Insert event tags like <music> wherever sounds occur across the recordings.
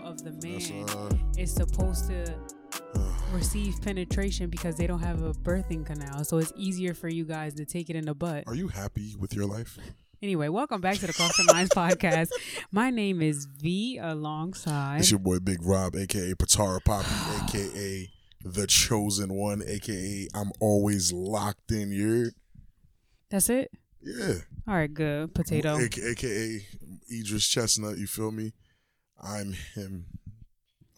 man That's, uh, is supposed <sighs> to uh, receive penetration because they don't have a birthing canal. So it's easier for you guys to take it in the butt. are you happy with your life? Anyway, welcome back to the Cross the <laughs> Minds podcast. My name is V alongside. It's your boy Big Rob, aka Patara Poppy, aka the Chosen One, aka I'm always locked in. You're That's it? yeah, All right, good. Potato. A- aka Idris Chestnut. You feel me? I'm him.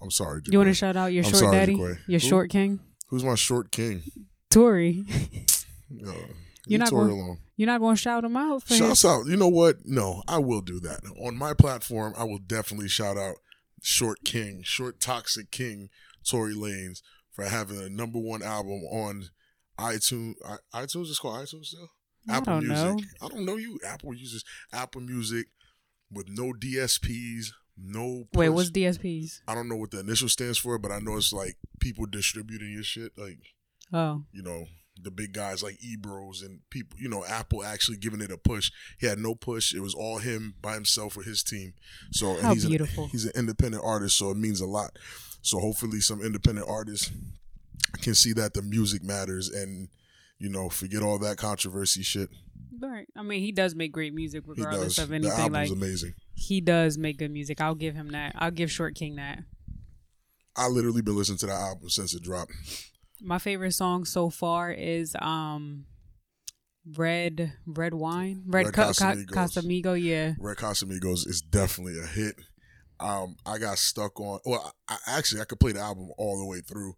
I'm sorry. You want to Jaquay. shout out your I'm short sorry, daddy? Jaquay. Your Who? short king? Who's my short king? Tori. Uh, You're not Tory going- alone. <laughs> You're not going to shout him out for his Shouts out. You know what? No, I will do that. On my platform, I will definitely shout out Short King, Short Toxic King, Tory Lanez for having a number one album on iTunes. I- iTunes is called iTunes still? I Apple don't Music. know. I don't know you Apple users. Apple Music with no DSPs, no. Wait, push. what's DSPs? I don't know what the initial stands for, but I know it's like people distributing your shit. Like Oh. you know, the big guys like Ebros and people, you know, Apple actually giving it a push. He had no push. It was all him by himself with his team. So and How he's an- beautiful. he's an independent artist, so it means a lot. So hopefully some independent artists can see that the music matters and you know, forget all that controversy shit. All right. I mean, he does make great music He regardless does. of the anything. Like album's amazing. he does make good music. I'll give him that. I'll give Short King that. I literally been listening to that album since it dropped. My favorite song so far is um Red Red Wine. Red, Red Ca- Ca- Casamigos. Casamigo, yeah. Red Casamigos is definitely a hit. Um, I got stuck on. Well, I, I- actually I could play the album all the way through.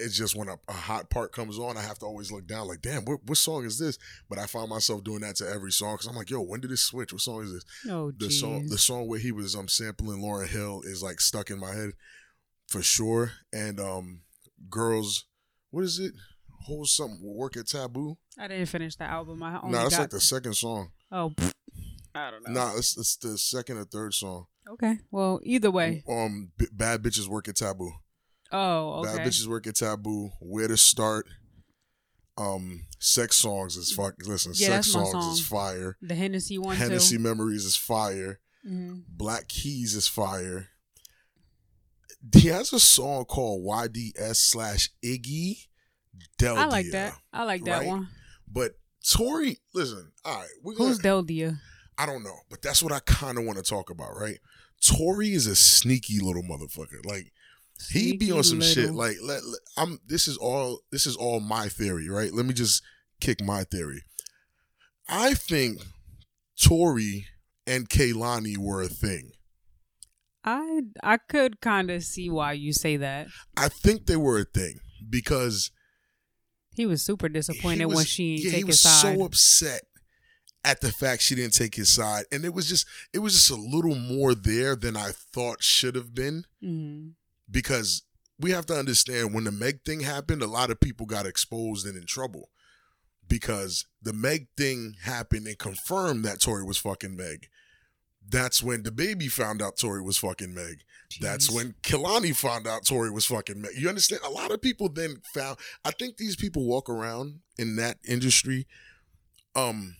It's just when a, a hot part comes on, I have to always look down, like, damn, what, what song is this? But I find myself doing that to every song because I'm like, yo, when did this switch? What song is this? Oh The song, jeez. the song where he was um sampling Lauren Hill is like stuck in my head for sure. And um, girls, what is it? Hold something, work at taboo. I didn't finish the album. I No, only that's got like the second song. Oh pfft. I don't know. Nah, it's, it's the second or third song. Okay. Well, either way. Um, B- bad bitches work at Taboo. Oh, okay. Bad bitches work at Taboo. Where to start? Um, sex songs is fuck. Listen, Yeah, sex that's my songs is song. fire. the Hennessy one Hennessy too. memories is fire. Mhm. Black Keys is fire. He has a song called YDS slash Iggy Del. I like Dia. that. I like that right? <laughs> one. But Tori, listen. All right, we're gonna, Who's Del Dia? I don't know, but that's what I kind of want to talk about, right? Tori is a sneaky little motherfucker. Like he be Sneaky on some shit little- like let, let- i'm this is all this is all my theory right let me just kick my theory i think tori and kaylani were a thing I I could kind of see why you say that. i think they were a thing because He was super disappointed he when was- she ain't yeah, take he was his side. so upset at the fact she didn't take his side and it was just it was just a little more there than i thought should have been Mhm. because we have to understand when the Meg thing happened, a lot of people got exposed and in trouble because the Meg thing happened and confirmed that Tori was fucking Meg. That's when the baby found out Tori was fucking Meg. That's Jeez. when Kalani found out Tori was fucking Meg. You understand? A lot of people then found. I think these people walk around in that industry, um,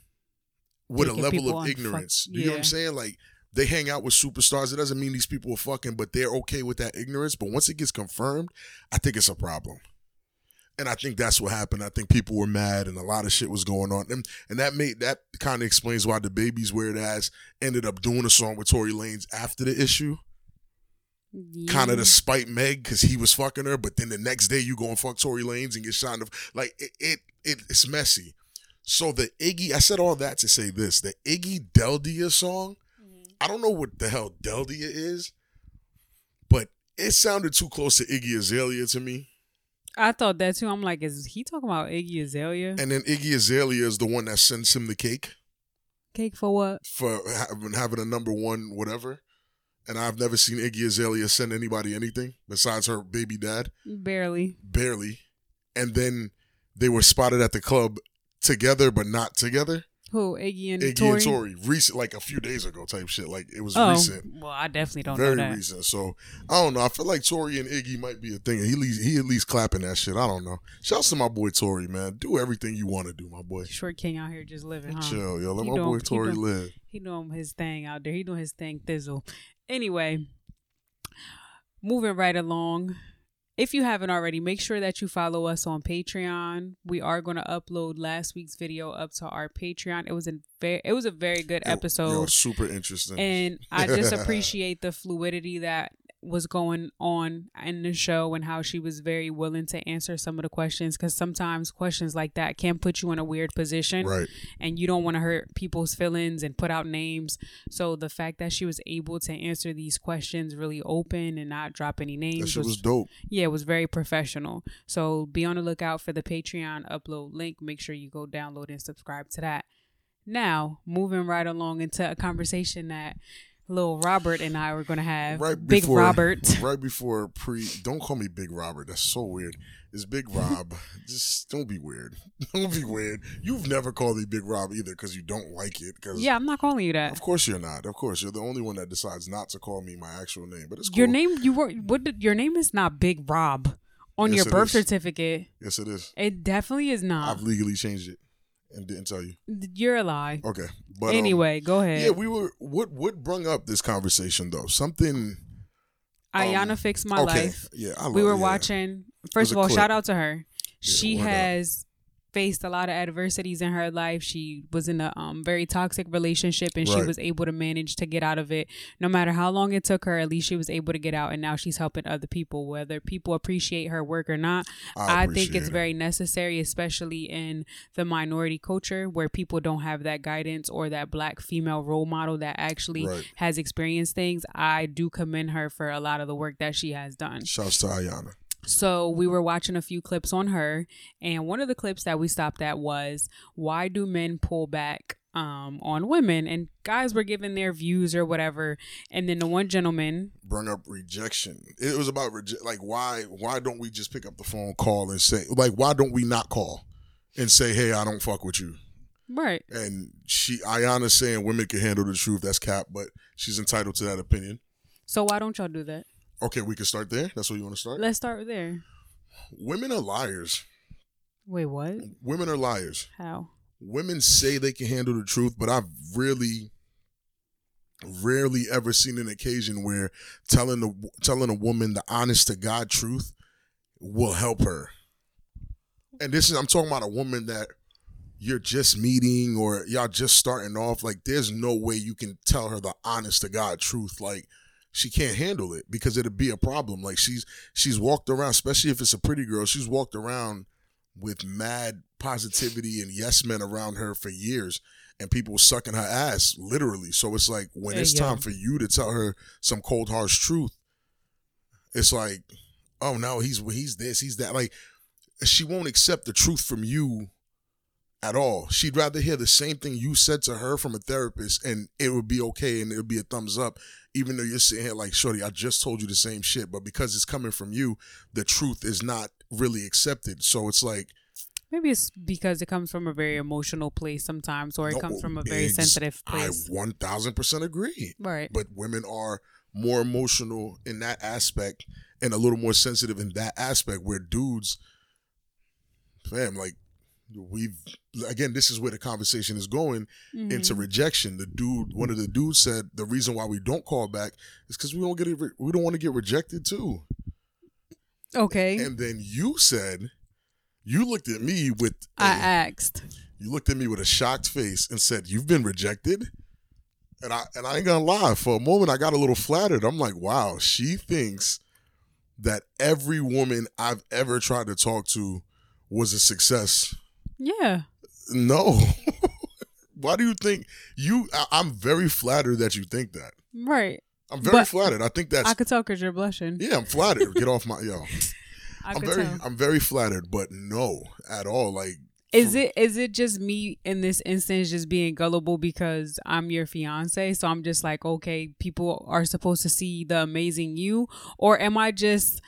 with Taking a level people of on fuck- ignorance. you know what yeah. I'm saying? Like they hang out with superstars. It doesn't mean these people are fucking, but they're okay with that ignorance. But once it gets confirmed, I think it's a problem. And I think that's what happened. I think people were mad and a lot of shit was going on. And and that made that kind of explains why the baby's weird ass ended up doing a song with Tory Lanez after the issue. Kind Yeah. of to spite Meg because he was fucking her, but then the next day you go and fuck Tory Lanez and get shot in the like it, it it it's messy. So the Iggy, I said all that to say this: the Iggy Deldia song. I don't know what the hell Deldia is, but it sounded too close to Iggy Azalea to me. I thought that too. I'm like, is he talking about Iggy Azalea? And then Iggy Azalea is the one that sends him the cake Cake for what? for having, having a number one whatever. And I've never seen Iggy Azalea send anybody anything besides her baby dad, Barely. barely. And then they were spotted at the club together, but not together. Who? Iggy and Iggy Tori. and Tori, recent, like a few days ago, type shit. Like it was oh, recent. well, I definitely don't very know that. recent. So I don't know. I feel like Tori and Iggy might be a thing. He at least, he at least clapping that shit. I don't know. Shouts to my boy Tori, man. Do everything you want to do, my boy. Short King out here just living, huh? Chill, yo. Let He my doing- boy he Tori doing- live. He doing his thing out there. He doing his thing, thizzle. Anyway, moving right along. If you haven't already, make sure that you follow us on Patreon. We are going to upload last week's video up to our Patreon. It was a very, it was a very good Yo- episode, yo, super interesting. and I just appreciate the fluidity that was going on in the show and how she was very willing to answer some of the questions because sometimes questions like that can put you in a weird position right. and you don't want to hurt people's feelings and put out names. So the fact that she was able to answer these questions really open and not drop any That names shit was, was dope. yeah, it was very professional. So be on the lookout for the Patreon upload link. Make sure you go download and subscribe to that. Now, moving right along into a conversation that little Robert and I were going to have. Right Big before- Robert. <laughs> Right before pre, don't call me Big Robert. That's so weird. It's Big Rob. Just don't be weird. <laughs> Don't be weird. You've never called me Big Rob either because you don't like it. Because Yeah, I'm not calling you that. Of course you're not. Of course you're the only one that decides not to call me my actual name. But it's cool. Your name you were what did, your name is not Big Rob on Yes, your it birth is. certificate. Yes, it is. It definitely is not. I've legally changed it and didn't tell you. You're a lie. Okay. But um, anyway, go ahead. yeah, we were. What what brung up this conversation though? Something. Ayana um, fixed my okay. life. Yeah, I love, We were Oh, yeah. watching. First a of all, clip. shout out to her. she word up. has faced a lot of adversities in her life. She was in a um, very toxic relationship, and she Right. was able to manage to get out of it. No matter how long it took her, at least she was able to get out, and now she's helping other people, whether people appreciate her work or not. I, I, think it's appreciate it. very necessary, especially in the minority culture where people don't have that guidance or that black female role model that actually Right. has experienced things. I do commend her for a lot of the work that she has done. Shouts to Ayana. So we were watching a few clips on her, and one of the clips that we stopped at was why do men pull back um, on women? And guys were giving their views or whatever, and then the one gentleman, Brung up rejection. It was about reje- like why why don't we just pick up the phone, call, and say like why don't we not call and say hey I don't fuck with you. right? And she Ayana's saying women can handle the truth. That's cap, but she's entitled to that opinion. So why don't y'all do that? Okay, we can start there. That's where you want to start. Let's start there. Women are liars. Wait, what? Women are liars. How? Women say they can handle the truth, but I've really rarely ever seen an occasion where telling the telling a woman the honest to God truth will help her. And this is I'm talking about a woman that you're just meeting or y'all just starting off like there's no way you can tell her the honest to God truth like she can't handle it because it'd be a problem like she's she's walked around especially if it's a pretty girl she's walked around with mad positivity and yes men around her for years and people sucking her ass literally so it's like when Eh, it's yeah. time for you to tell her some cold harsh truth it's like oh no he's he's this he's that like she won't accept the truth from you at all she'd rather hear the same thing you said to her from a therapist and it would be okay and it would be a thumbs up even though you're sitting here like shorty i just told you the same shit but because it's coming from you the truth is not really accepted so it's like Maybe it's because it comes from a very emotional place sometimes, or it No, comes from a very ex- sensitive I place. 1000% agree. right. But women are more emotional in that aspect and a little more sensitive in that aspect where dudes, fam, like we've, again, this is where the conversation is going into rejection. The dude, one of the dudes said, the reason why we don't call back is because we don't get, it, we don't want to get rejected too. <laughs> okay. And then you said, you looked at me with, I asked. You looked at me with a shocked face and said, "You've been rejected." And I and I ain't gonna lie. For a moment, I got a little flattered. I'm like, "Wow, she thinks that every woman I've ever tried to talk to was a success." Yeah. No. <laughs> Why do you think you? I, I'm very flattered that you think that. Right. I'm very But flattered. I think that's I could tell because you're blushing. yeah. I'm flattered. Get off my yo. <laughs> I I'm could very tell. I'm very flattered, but no at all. Like Is it is it just me in this instance just being gullible because I'm your fiance? So I'm just like, okay, people are supposed to see the amazing you, or am I just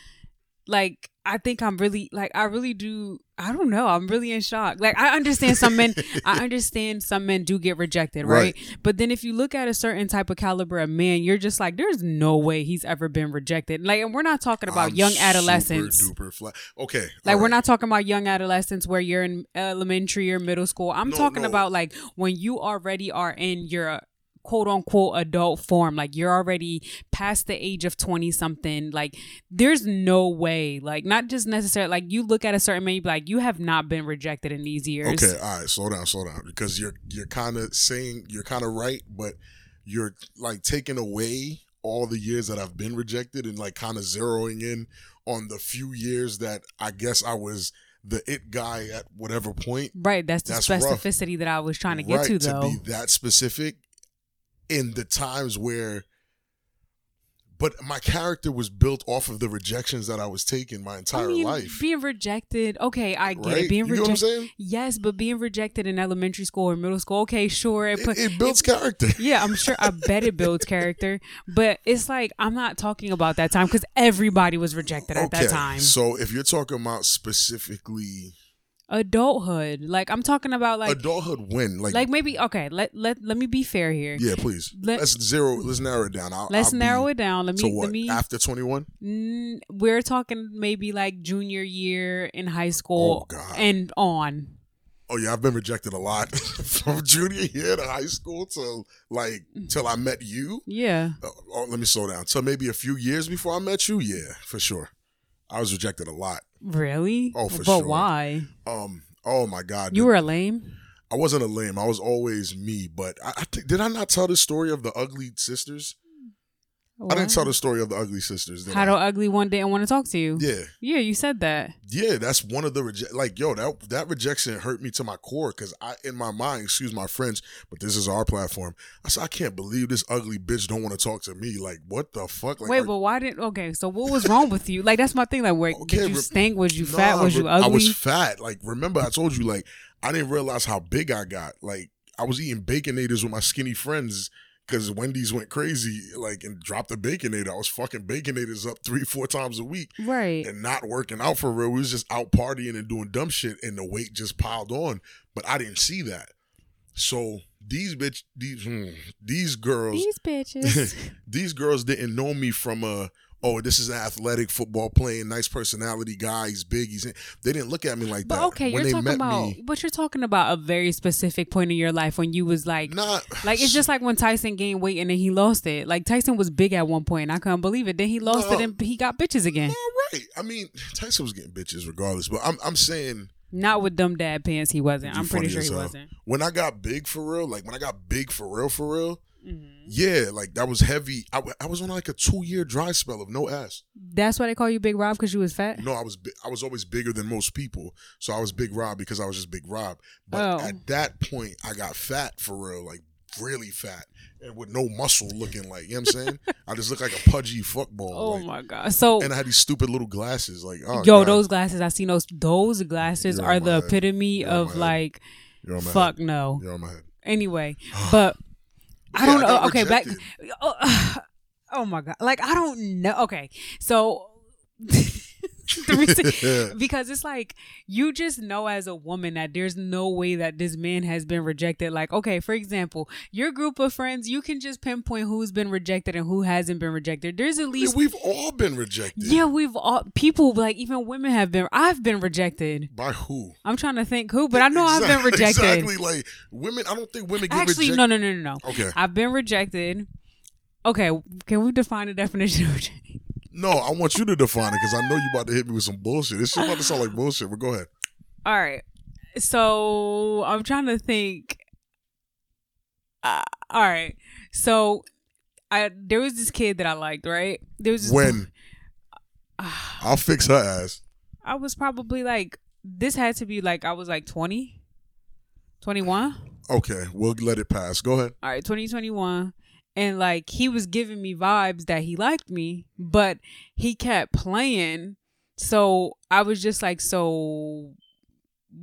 like I think I'm really like I really do. I don't know. I'm really in shock. Like I understand some <laughs> men. I understand some men do get rejected, right? Right. But then if you look at a certain type of caliber of man, you're just like, there's no way he's ever been rejected. Like, and we're not talking about I'm young super adolescents. duper flat. Okay, Like all we're right. not talking about young adolescents where you're in elementary or middle school. I'm No, talking no. about like when you already are in your quote unquote adult form. Like you're already past the age of 20 something. Like there's no way, like not just necessarily, like you look at a certain man, you be like, you have not been rejected in these years. Okay, all right, slow down, slow down, because you're you're kind of saying you're kind of right, but you're like taking away all the years that I've been rejected and like kind of zeroing in on the few years that I guess I was the it guy at whatever point. Right. That's the That's rough. specificity that I was trying to get right, to though. be that specific in the times where but my character was built off of the rejections that I was taking my entire I mean, life. being rejected. Okay, I get right? it. Being you know what I'm rejected. saying? Yes, but being rejected in elementary school or middle school. Okay, sure. It, put, It, it builds character. yeah, I'm sure. I bet it builds character, but it's like I'm not talking about that time because everybody was rejected at that time. So if you're talking about specifically Adulthood, like I'm talking about, like adulthood when like, like maybe okay. Let let let me be fair here. yeah please let- let, us zero let's narrow it down I'll, Let's narrow it down. Let to me what let me. after 21 Mm, we're talking maybe like junior year in high school Oh, God. and on. oh yeah I've been rejected a lot <laughs> from junior year to high school till like Mm. till I met you Yeah. oh, oh, let me slow down so maybe a few years before I met you yeah for sure I was rejected a lot Really? Oh, for but sure. why? um oh my god You were a lame. I wasn't a lame I was always me but I, I think did I not tell the story of the ugly sisters I didn't tell the story of the ugly sisters did How I? the ugly one didn't want to talk to you. yeah Yeah, you said that. yeah, that's one of the reje- like yo that that rejection hurt me to my core because I in my mind, excuse my French, but this is our platform. I said I can't believe this ugly bitch don't want to talk to me. Like what the fuck? Like, Wait, are- but why didn't? Okay, so what was wrong with you? Like that's my thing. Like, where Okay, did you re- stink? Was you Nah, fat? Was you re- ugly? I was fat. Like remember I told you like I didn't realize how big I got. Like I was eating baconators with my skinny friends because Wendy's went crazy like and dropped the baconator. I was fucking baconators up three four times a week. right. and not working out for real. We was just out partying and doing dumb shit, and the weight just piled on. But I didn't see that. So these bitch, these hmm, these girls, These <laughs> bitches. these girls didn't know me from a oh, this is an athletic football playing, nice personality guy. He's big. He's in. they didn't look at me like but that. okay, when you're they talking met about. me, But you're talking about a very specific point in your life when you was like. not Like it's just like when Tyson gained weight and then he lost it. Like Tyson was big at one point, and I couldn't believe it. Then he lost it No. and he got bitches again. all right. I mean, Tyson was getting bitches regardless, but I'm I'm saying. Not with dumb dad pants, he wasn't. You I'm pretty funny sure as he hell. wasn't. When I got big for real, like when I got big for real, for real, Mm-hmm. yeah, like that was heavy. I, w- I was on like a two year dry spell of no ass. That's why they call you Big Rob because you was fat. No, I was bi- I was always bigger than most people, so I was Big Rob because I was just Big Rob. But Oh. at that point, I got fat for real, like really fat, and with no muscle, looking like you know what <laughs> I'm saying. I just looked like a pudgy fuckball. Oh like, my god! So and I had these stupid little glasses, like oh, Yo, God, those glasses I seen those those glasses You're are on the my head. epitome You're on my of head. like you're on my fuck Head. no. You're on my head. Anyway, <sighs> but I Yeah, don't I know. got okay, back. rejected. Oh, <sighs> oh my god! Like I don't know. Okay, so <laughs> the <laughs> reason because it's like you just know as a woman that there's no way that this man has been rejected like okay for example your group of friends you can just pinpoint who's been rejected and who hasn't been rejected there's at Yeah, least we've all been rejected. yeah we've all people like even women have been i've been rejected By who? I'm trying to think who, but I know I've <laughs> been Exactly- rejected. Exactly, like women. I don't think women get Actually, rejected. no, no, no, no, no. Okay, <laughs> I've been rejected. Okay, can we define the definition of <laughs> rejection? no. I want you to define it because I know you about to hit me with some bullshit. This shit about to sound like bullshit. But go ahead. All right. So I'm trying to think. Uh, all right. So I there was this kid that I liked, right? There was this <sighs> When I'll fix her ass. I was probably like this had to be like I was like 20, 21. Okay, we'll let it pass. Go ahead. all right 2021 and like he was giving me vibes that he liked me but he kept playing so i was just like so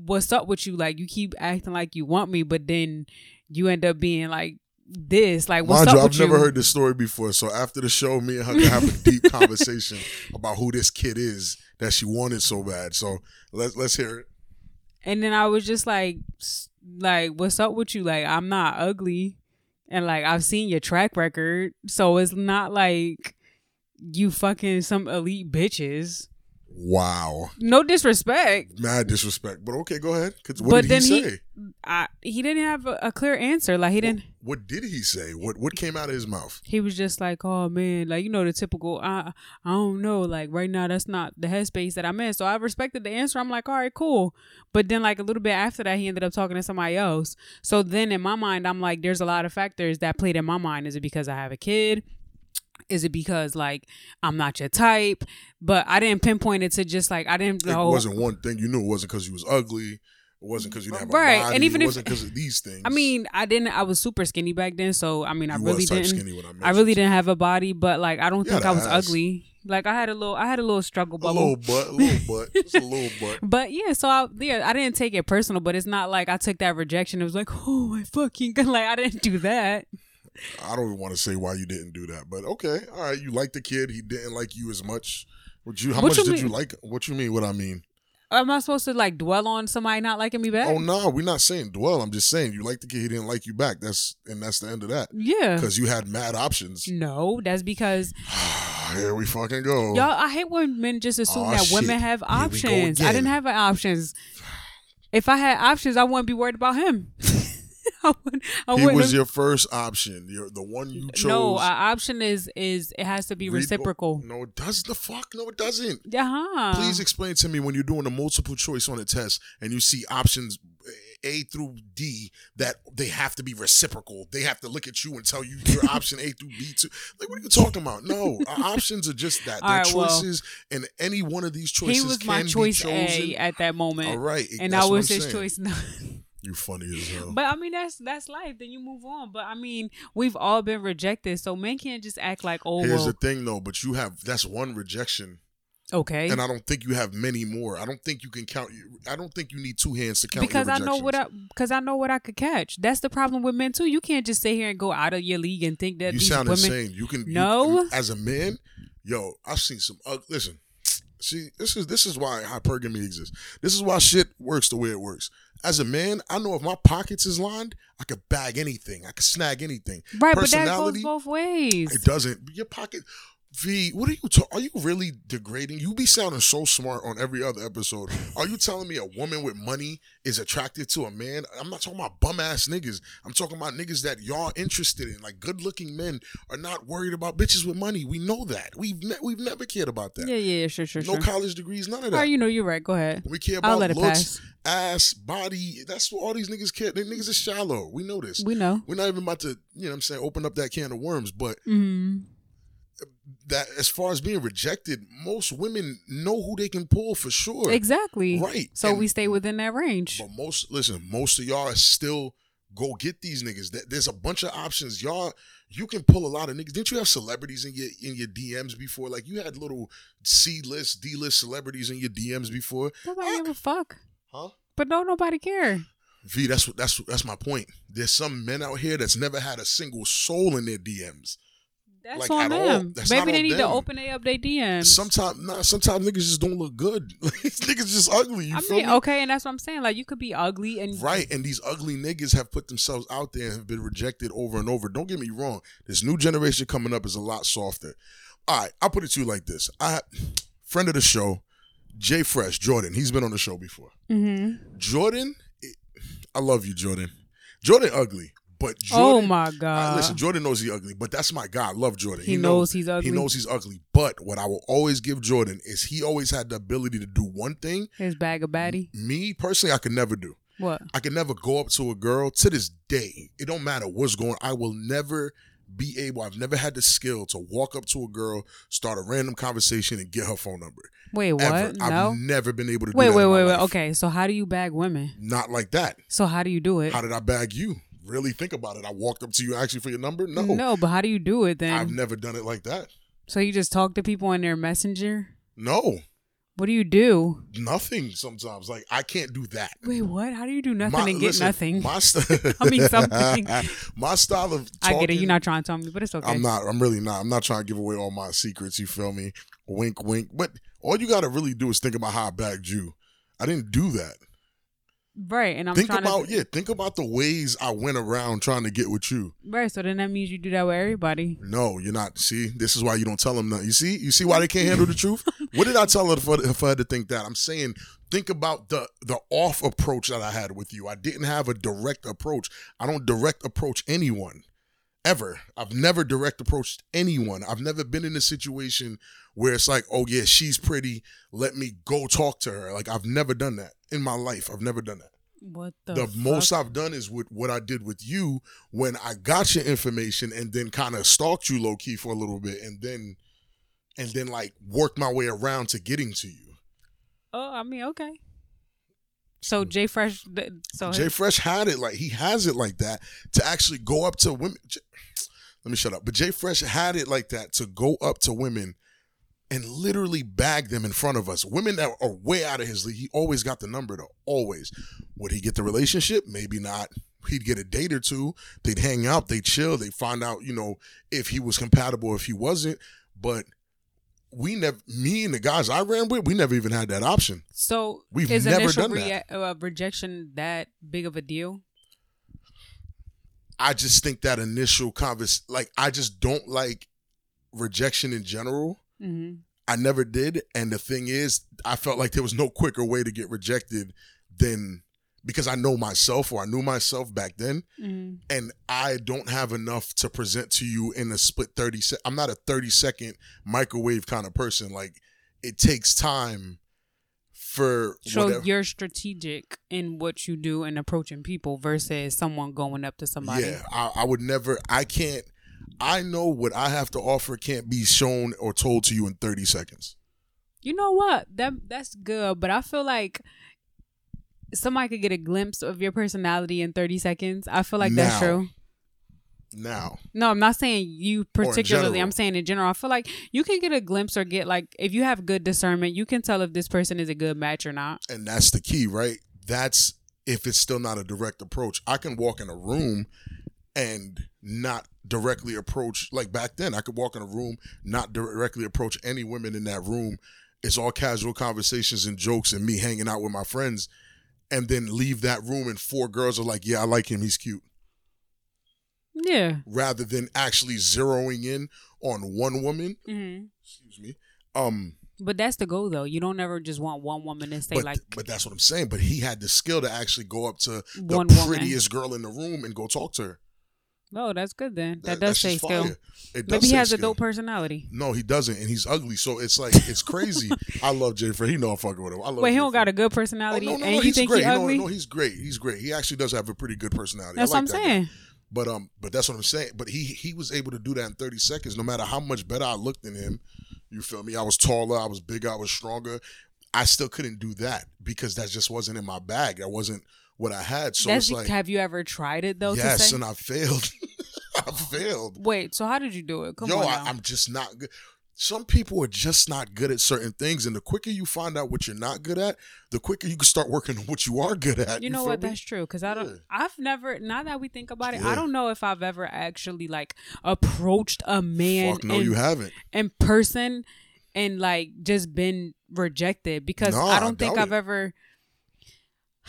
what's up with you like you keep acting like you want me but then you end up being like this like what's Mind up you, with I've you never heard this story before. So after the show, me and her can have a <laughs> deep conversation about who this kid is that she wanted so bad. So let's let's hear it. and then i was just like s- like what's up with you like i'm not ugly and like i've seen your track record so it's not like you fucking some elite bitches Wow. No disrespect. Mad disrespect. But okay, go ahead. 'Cause What But did then he he- say? I, he didn't have a, a clear answer. Like he didn't. What did he say? What what came out of his mouth? He was just like, "Oh man, like you know the typical. I I don't know. Like right now, that's not the headspace that I'm in." So I respected the answer. I'm like, "All right, cool." But then, like a little bit after that, he ended up talking to somebody else. So then, in my mind, I'm like, "There's a lot of factors that played in my mind. Is it because I have a kid? Is it because like I'm not your type?" But I didn't pinpoint it to just like I didn't. It oh, wasn't one thing. You knew it wasn't because you was ugly. It wasn't because you didn't have Right, a and body. even it if- wasn't because of these things. I mean, I didn't. I was super skinny back then, so I mean, I you really was type didn't. skinny when I, I really mentioned didn't have a body, but like I don't You think had I a was ass. ugly. Like I had a little, I had a little struggle you. A bubble. little butt, a <laughs> little butt, just a little butt. But yeah, so I yeah, I didn't take it personal, but it's not like I took that rejection. It was like, oh my fucking god, <laughs> like I didn't do that. I don't even want to say why you didn't do that, but okay, all right. You liked the kid. He didn't like you as much. Would you? How What much you did mean? you like? What you mean? What I mean? Am I supposed to like dwell on somebody not liking me back? Oh no, we're not saying dwell. I'm just saying you liked the kid. He didn't like you back. That's and that's the end of that yeah. because you had mad options. <sighs> No, that's because Here we fucking go. y'all. I hate when men just assume Oh. Aw, that women shit. have Here we go options. I again. didn't have uh, options. If I had options, I wouldn't be worried about him. <laughs> I wouldn't. I he wouldn't was have- your first option. You're the one you chose. No, uh, option is is it has to be Read- reciprocal. No, it does the fuck. No, it doesn't. Uh huh. Please explain to me when you're doing a multiple choice on a test and you see options A through D that they have to be reciprocal. They have to look at you and tell you <laughs> your option A through B too. Like, what are you talking about? No, our options are just that. All They're right, well, choices, and any one of these choices he was my can be choice chosen. A at that moment, All right, and that's I what was I'm his saying. Oh. choice. No. <laughs> You funny as hell. but I mean, that's that's life. Then you move on. But I mean, we've all been rejected, so men can't just act like, oh, Here's well, the thing, though. But you have that's one rejection, okay, and I don't think you have many more. I don't think you can count. I don't think you need two hands to count. your because I know rejections. what I because I know what I could catch. That's the problem with men too. You can't just sit here and go out of your league and think that you these sound women. insane. You can you- No. you- as a man, yo, I've seen some. Uh, listen, see, this is this is why hypergamy exists. This is why shit works the way it works. As a man, I know if my pockets is lined, I could bag anything. I could snag anything. Right, but that goes Personality, both ways. It doesn't. Your pocket. V, what are you? Ta- are you really degrading? You be sounding so smart on every other episode. Are you telling me a woman with money is attracted to a man? I'm not talking about bum ass niggas. I'm talking about niggas that y'all interested in. Like good looking men are not worried about bitches with money. We know that. We've ne- we've never cared about that. Yeah, yeah, yeah, sure, sure, no sure. college degrees, none of Or that. you know, you're right. Go ahead. we care I'll about let it looks, pass. ass, body. That's what all these niggas care. They niggas is shallow. We know this. We know. We're not even about to, you know what I'm saying, open up that can of worms, but Mm. that as far as being rejected, most women know who they can pull for sure. Exactly. Right. So And- we stay within that range. But most listen, most of y'all still go get these niggas. Th- There's a bunch of options. Y'all, you can pull a lot of niggas. Didn't you have celebrities in your in your DMs before? Like you had little C list, D list celebrities in your DMs before. Nobody give a fuck. Huh? But no, nobody care. V, that's what that's that's my point. There's some men out here that's never had a single soul in their DMs. That's Like, on at all. them. That's Maybe not they on need to them. open they up their DMs. Sometimes, nah, sometimes niggas just don't look good. <laughs> niggas just ugly. You I feel mean, me? okay, and that's what I'm saying. Like you could be ugly and Right, and these ugly niggas have put themselves out there and have been rejected over and over. Don't get me wrong, this new generation coming up is a lot softer. All right, I'll put it to you like this: I friend of the show, Jay Fresh Jordan. He's been on the show before. Mhm. Jordan, I love you, Jordan. Jordan ugly, but Oh Jordan, my uh, god. listen, Jordan knows he ugly, but that's my guy. I love Jordan. he, knows knows he's ugly. he knows he's ugly. But what I will always give Jordan is he always had the ability to do one thing. his bag of baddie. Me personally, I could never do. What? I can never go up to a girl to this day. It don't matter what's going. I will never be able. I've never had the skill to walk up to a girl, start a random conversation, and get her phone number. Wait, what? Ever. No. I've never been able to. do Wait, that wait, in my wait, wait. life. Okay, so how do you bag women? Not like that. So how do you do it? How did I bag you? Really think about it. I walked up to you asking for your number. No, no, but how do you do it then? I've never done it like that. so you just talk to people in their messenger? No, What do you do? nothing. Sometimes like I can't do that. Wait, what? How do you do nothing My- and get listen, nothing? My st- <laughs> I mean, something. <laughs> my style of I get it. talking- You're not trying to tell me, but it's okay. I'm not. I'm really not. I'm not trying to give away all my secrets. You feel me? Wink, wink. But all you gotta really do is think about how I bagged you. I didn't do that. Right, and I'm think trying about to yeah, think about the ways I went around trying to get with you. right. So then that means you do that with everybody. No, you're not. See, this is why you don't tell them nothing. You see, you see why they can't handle the truth. What did I tell her for, for her to think that? I'm saying, think about the the off approach that I had with you. I didn't have a direct approach. I don't direct approach anyone ever. I've never direct approached anyone. I've never been in a situation where it's like, oh yeah, she's pretty. Let me go talk to her. Like I've never done that in my life. I've never done that What the? the fuck? most I've done is with what I did with you when I got your information and then kind of stalked you low key for a little bit and then and then like worked my way around to getting to you. Oh, I mean, okay. So Jay Fresh, th- so Jay Fresh had it like he has it like that to actually go up to women. J- Let me shut up. But Jay Fresh had it like that to go up to women and literally bag them in front of us. Women that are way out of his league. He always got the number though. Always. Would he get the relationship? Maybe not. He'd get a date or two. They'd hang out. They'd chill. They'd find out, you know, if he was compatible, if he wasn't. But we never, me and the guys I ran with, we never even had that option. so We've is never initial done that. rea- uh, rejection that big of a deal? I just think that initial convers like I just don't like rejection in general. Mm-hmm. I never did, and the thing is, I felt like there was no quicker way to get rejected than because I know myself or I knew myself back then, Mm-hmm. and I don't have enough to present to you in a split thirty. Se- I'm not a thirty second microwave kind of person. Like it takes time for So whatever. you're strategic in what you do and approaching people versus someone going up to somebody. Yeah, I, I would never. I can't. I know what I have to offer can't be shown or told to you in thirty seconds. You know what? That that's good, but I feel like somebody could get a glimpse of your personality in 30 seconds. I feel like that's Now. true. Now, No, I'm not saying you particularly. general. I'm saying in general. I feel like you can get a glimpse or get like if you have good discernment, you can tell if this person is a good match or not. and that's the key, right? That's if it's still not a direct approach. I can walk in a room and not directly approach. Like back then, I could walk in a room, not directly approach any women in that room. It's all casual conversations and jokes and me hanging out with my friends, and then leave that room and four girls are like, "Yeah, I like him. He's cute." Yeah. rather than actually zeroing in on one woman. hmm Excuse me. Um, But that's the goal, though. You don't ever just want one woman and say but like, but that's what I'm saying. But he had the skill to actually go up to the One woman. prettiest girl in the room and go talk to her. "Oh, that's good then." That, that's does say just skill. fire. It does Maybe he say has a skill. dope personality. No, he doesn't, and he's ugly. So it's <laughs> like it's crazy. I love Jay Fred. He know I'm fucking with him. I love. Wait, he Jay don't Fred. got a good Oh, personality, no, no, and no, you he's think great. he ugly? No, no, he's great. He's great. He actually does have a pretty good personality. I that's what like I'm that guy. saying. But um, but that's what I'm saying. But he he was able to do that in 30 seconds. No matter how much better I looked than him, you feel me? I was taller, I was bigger, I was stronger. I still couldn't do that because that just wasn't in my bag. That wasn't what I had. So That's, it's like have you ever tried it though? to yes, say? and I failed. <laughs> I failed. Wait, so how did you do it? Come Yo, on, now. I, I'm just not good. Some people are just not good at certain things, and the quicker you find out what you're not good at, the quicker you can start working on what Uh, you are good at. you know feel what? me? That's true. Because I don't. Yeah. I've never. Now that we think about it, Yeah. I don't know if I've ever actually like approached a man Fuck no, in, you haven't. in person and like just been rejected. Because No, I I don't think doubt I've it. ever.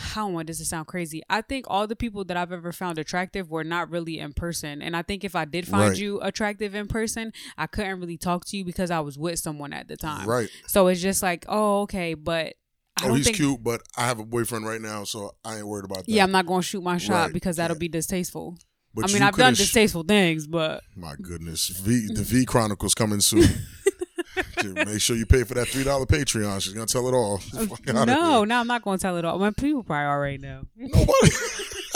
How want this to sound crazy? I think all the people that I've ever found attractive were not really in person, and I think if I did find Right. you attractive in person, I couldn't really talk to you because I was with someone at the time. Right. So it's just like, oh, okay, but I Oh, don't he's think. cute, but I have a boyfriend right now, so I ain't worried about that. Yeah, I'm not gonna shoot my shot Right, because that'll yeah. be distasteful. but I mean, you I've done could've sh- distasteful things, <laughs> but My goodness, v, the V Chronicles coming <laughs> soon. Dude, Make sure you pay for that three dollar Patreon. She's gonna tell it all. <laughs> Fuck outta Oh, no, here. no, I'm not gonna tell it all. My people probably already know. <laughs> nobody.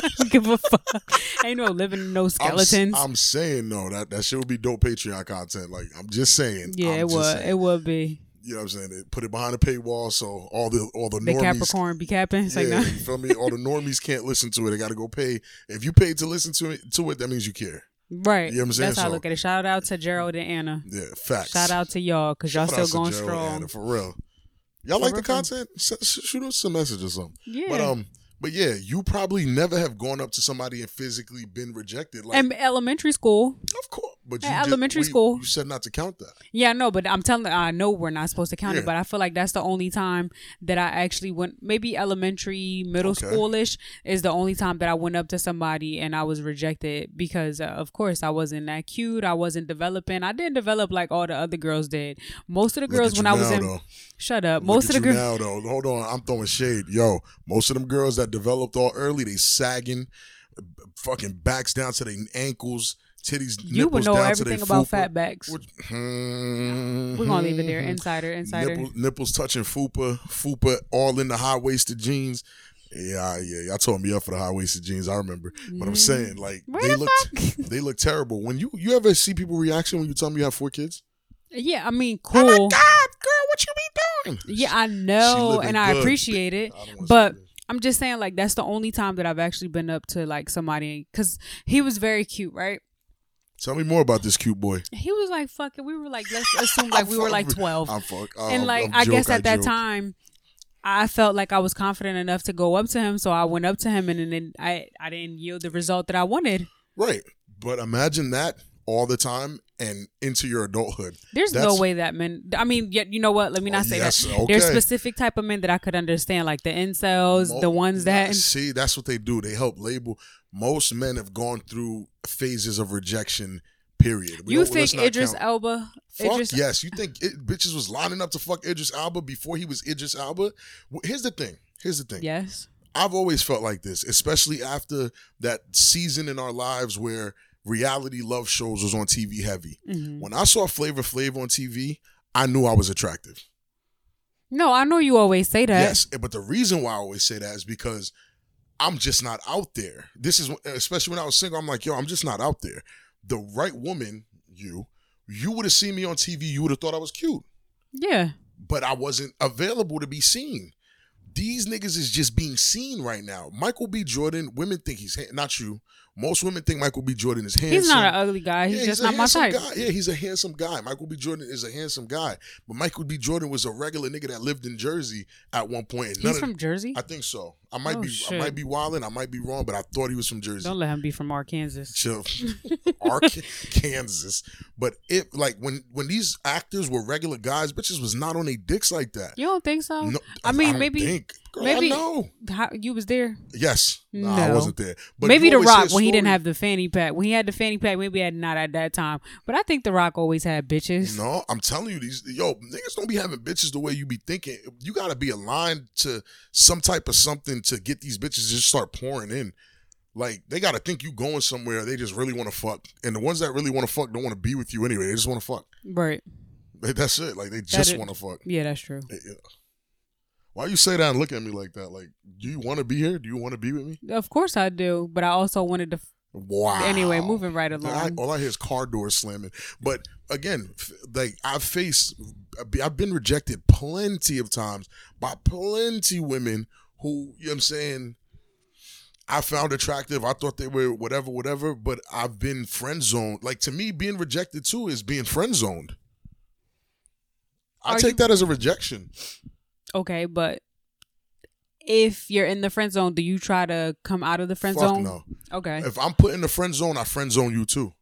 I don't give a fuck. <laughs> Ain't no living in no I'm s- skeletons. I'm, saying no. That that shit would be dope Patreon content. Like I'm just saying. yeah, I'm it just would. saying. It would be. You know what I'm saying? They put it behind a paywall, so all the all the Big normies. Capricorn be capping. It's like, yeah, no. you feel me? All the normies can't listen to it. They gotta go pay. If you paid to listen to it, to it, that means you care. <laughs> right. You know what I'm saying? That's how I So- look at it. Shout out to Gerald and Anna. Yeah, facts. Shout out to y'all because y'all Shout out still to going Gerald strong. Anna, for real. For Y'all like the real, for real. content? S- s- shoot us a message or something. Yeah. But um, but yeah, you probably never have gone up to somebody and physically been rejected. Like, and elementary school. of course, At But you just- elementary we- school. you said not to count that. Yeah, no, but I'm telling. I know we're not supposed to count Yeah. it, but I feel like that's the only time that I actually went. Maybe elementary, middle Okay. schoolish is the only time that I went up to somebody and I was rejected because, uh, of course, I wasn't that cute. I wasn't developing. I didn't develop like all the other girls did. Most of the Look girls at when I you was now, in, though. shut up. Look Most of at the you girls. now though. Hold on, I'm throwing shade. Yo, most of them girls that developed all early, they sagging, b- fucking backs down to their ankles, titties, You would nipples know down to their everything about fupa. fatbacks. Which- hmm. We're gonna leave it there. Insider, insider. Nipples, nipples touching fupa, fupa all in the high waisted jeans. Yeah, yeah, y'all told me up for the high waisted jeans. I remember, but I'm saying like Mm. Where they the look, <laughs> they look terrible. When you you ever see people reaction when you tell them you have four kids? Yeah, I mean, Oh my cool. god, girl, what you be doing? Yeah, I know, living and I good, appreciate it. I don't wanna But say this. I'm just saying, like, that's the only time that I've actually been up to like somebody because he was very cute, right? Tell me more about this cute boy. He was like, "Fucking," we were like, <laughs> let's assume like we were like I'm- 12, I'm fuck. and I'm- like I'm I joke, guess at that joke. time. I felt like I was confident enough to go up to him, so I went up to him, and then I I didn't yield the result that I wanted. right? But imagine that all the time and into your adulthood. There's no That's- way that men. I mean, yet you know what? Let me not Oh, say yes, that. okay. There's specific type of men that I could understand, like the incels, Mo- the ones that see that's what they do. They help label. Most men have gone through phases of rejection. Period. We you don't- let's think not Idris count. Elba. Fuck Idris, yes. You think it, bitches was lining up to fuck Idris Alba before he was Idris Alba? Wh- Here's the thing. Here's the thing. Yes. I've always felt like this, especially after that season in our lives where reality love shows was on TV heavy. Mhm. When I saw Flavor Flav on TV, I knew I was attractive. No, I know you always say that. Yes, but the reason why I always say that is because I'm just not out there. This is especially when I was single. I'm like, yo, I'm just not out there. The right woman, you, you would have seen me on TV. You would have thought I was cute, Yeah. but I wasn't available to be seen. These niggas is just being seen right now. Michael B. Jordan, women think he's ha- not you. Most women think Michael B. Jordan is handsome. He's not an ugly guy. He's Yeah, just a not my handsome type. Guy. Yeah, he's a handsome guy. Michael B. Jordan is a handsome guy, but Michael B. Jordan was a regular nigga that lived in Jersey at one point. And none He's of- from Jersey. I think so. I might Oh, be I shit. might be wilding. I might be wrong, but I thought he was from Jersey. Don't let him be from Arkansas. <laughs> <laughs> Chill. <laughs> Arkansas. But it like when when these actors were regular guys, bitches was not on their dicks like that. You don't think so? No, I mean, don't maybe- think. Girl, maybe- I know. How, you was there. Yes. Nah, I No. wasn't there. But maybe you The always hear Rock when he didn't stories- have the fanny pack. When he had the fanny pack, maybe had not at that time. But I think The Rock always had bitches. No, I'm telling you, these yo niggas don't be having bitches the way you be thinking. You gotta be aligned to some type of something to get these bitches to just start pouring in. Like they gotta think you going somewhere. They just really want to fuck, and the ones that really want to fuck don't want to be with you anyway. They just want to fuck. Right. Like, That's it. Like they just it- want to fuck. Yeah, that's true. Eh, eh. Why you say that and look at me like that? Like, do you want to be here? Do you want to be with me? Of course I do, but I also wanted to. f- Wow. Anyway, moving right All I, along. all I hear is car doors slamming. But again, f- like I've faced, I've been rejected plenty of times by plenty women who, you know what I'm saying, I found attractive. I thought they were whatever, whatever, but I've been friend zoned. Like to me, being rejected too is being friend zoned. I Are take you- that as a rejection. Okay, but if you're in the friend zone, do you try to come out of the friend Fuck zone? no. Okay. If I'm put in the friend zone, I friend zone you too.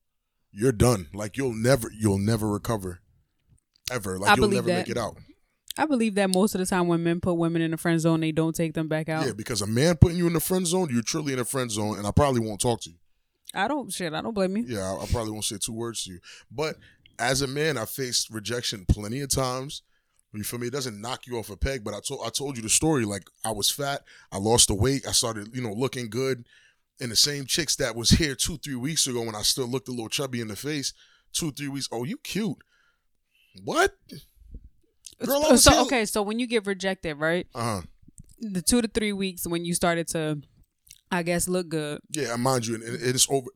You're done. Like you'll never, you'll never recover, ever. Like I you'll believe never that. make it out. I believe that most of the time when men put women in the friend zone, they don't take them back out. Yeah, because a man putting you in the friend zone, you're truly in the friend zone, and I probably won't talk to you. I don't shit. I don't blame you. Yeah, I, I probably won't say two words to you. But as a man, I faced rejection plenty of times. You feel me? It doesn't knock you off a peg, but I told I told you the story. Like I was fat, I lost the weight, I started you know looking good, and the same chicks that was here two three weeks ago when I still looked a little chubby in the face, two three weeks. Oh, you cute? What? Girl, I was Oh, so here- okay, so when you get rejected, right? Uh huh. The two to three weeks when you started to, I guess, look good. Yeah, and mind you, and, and it's over.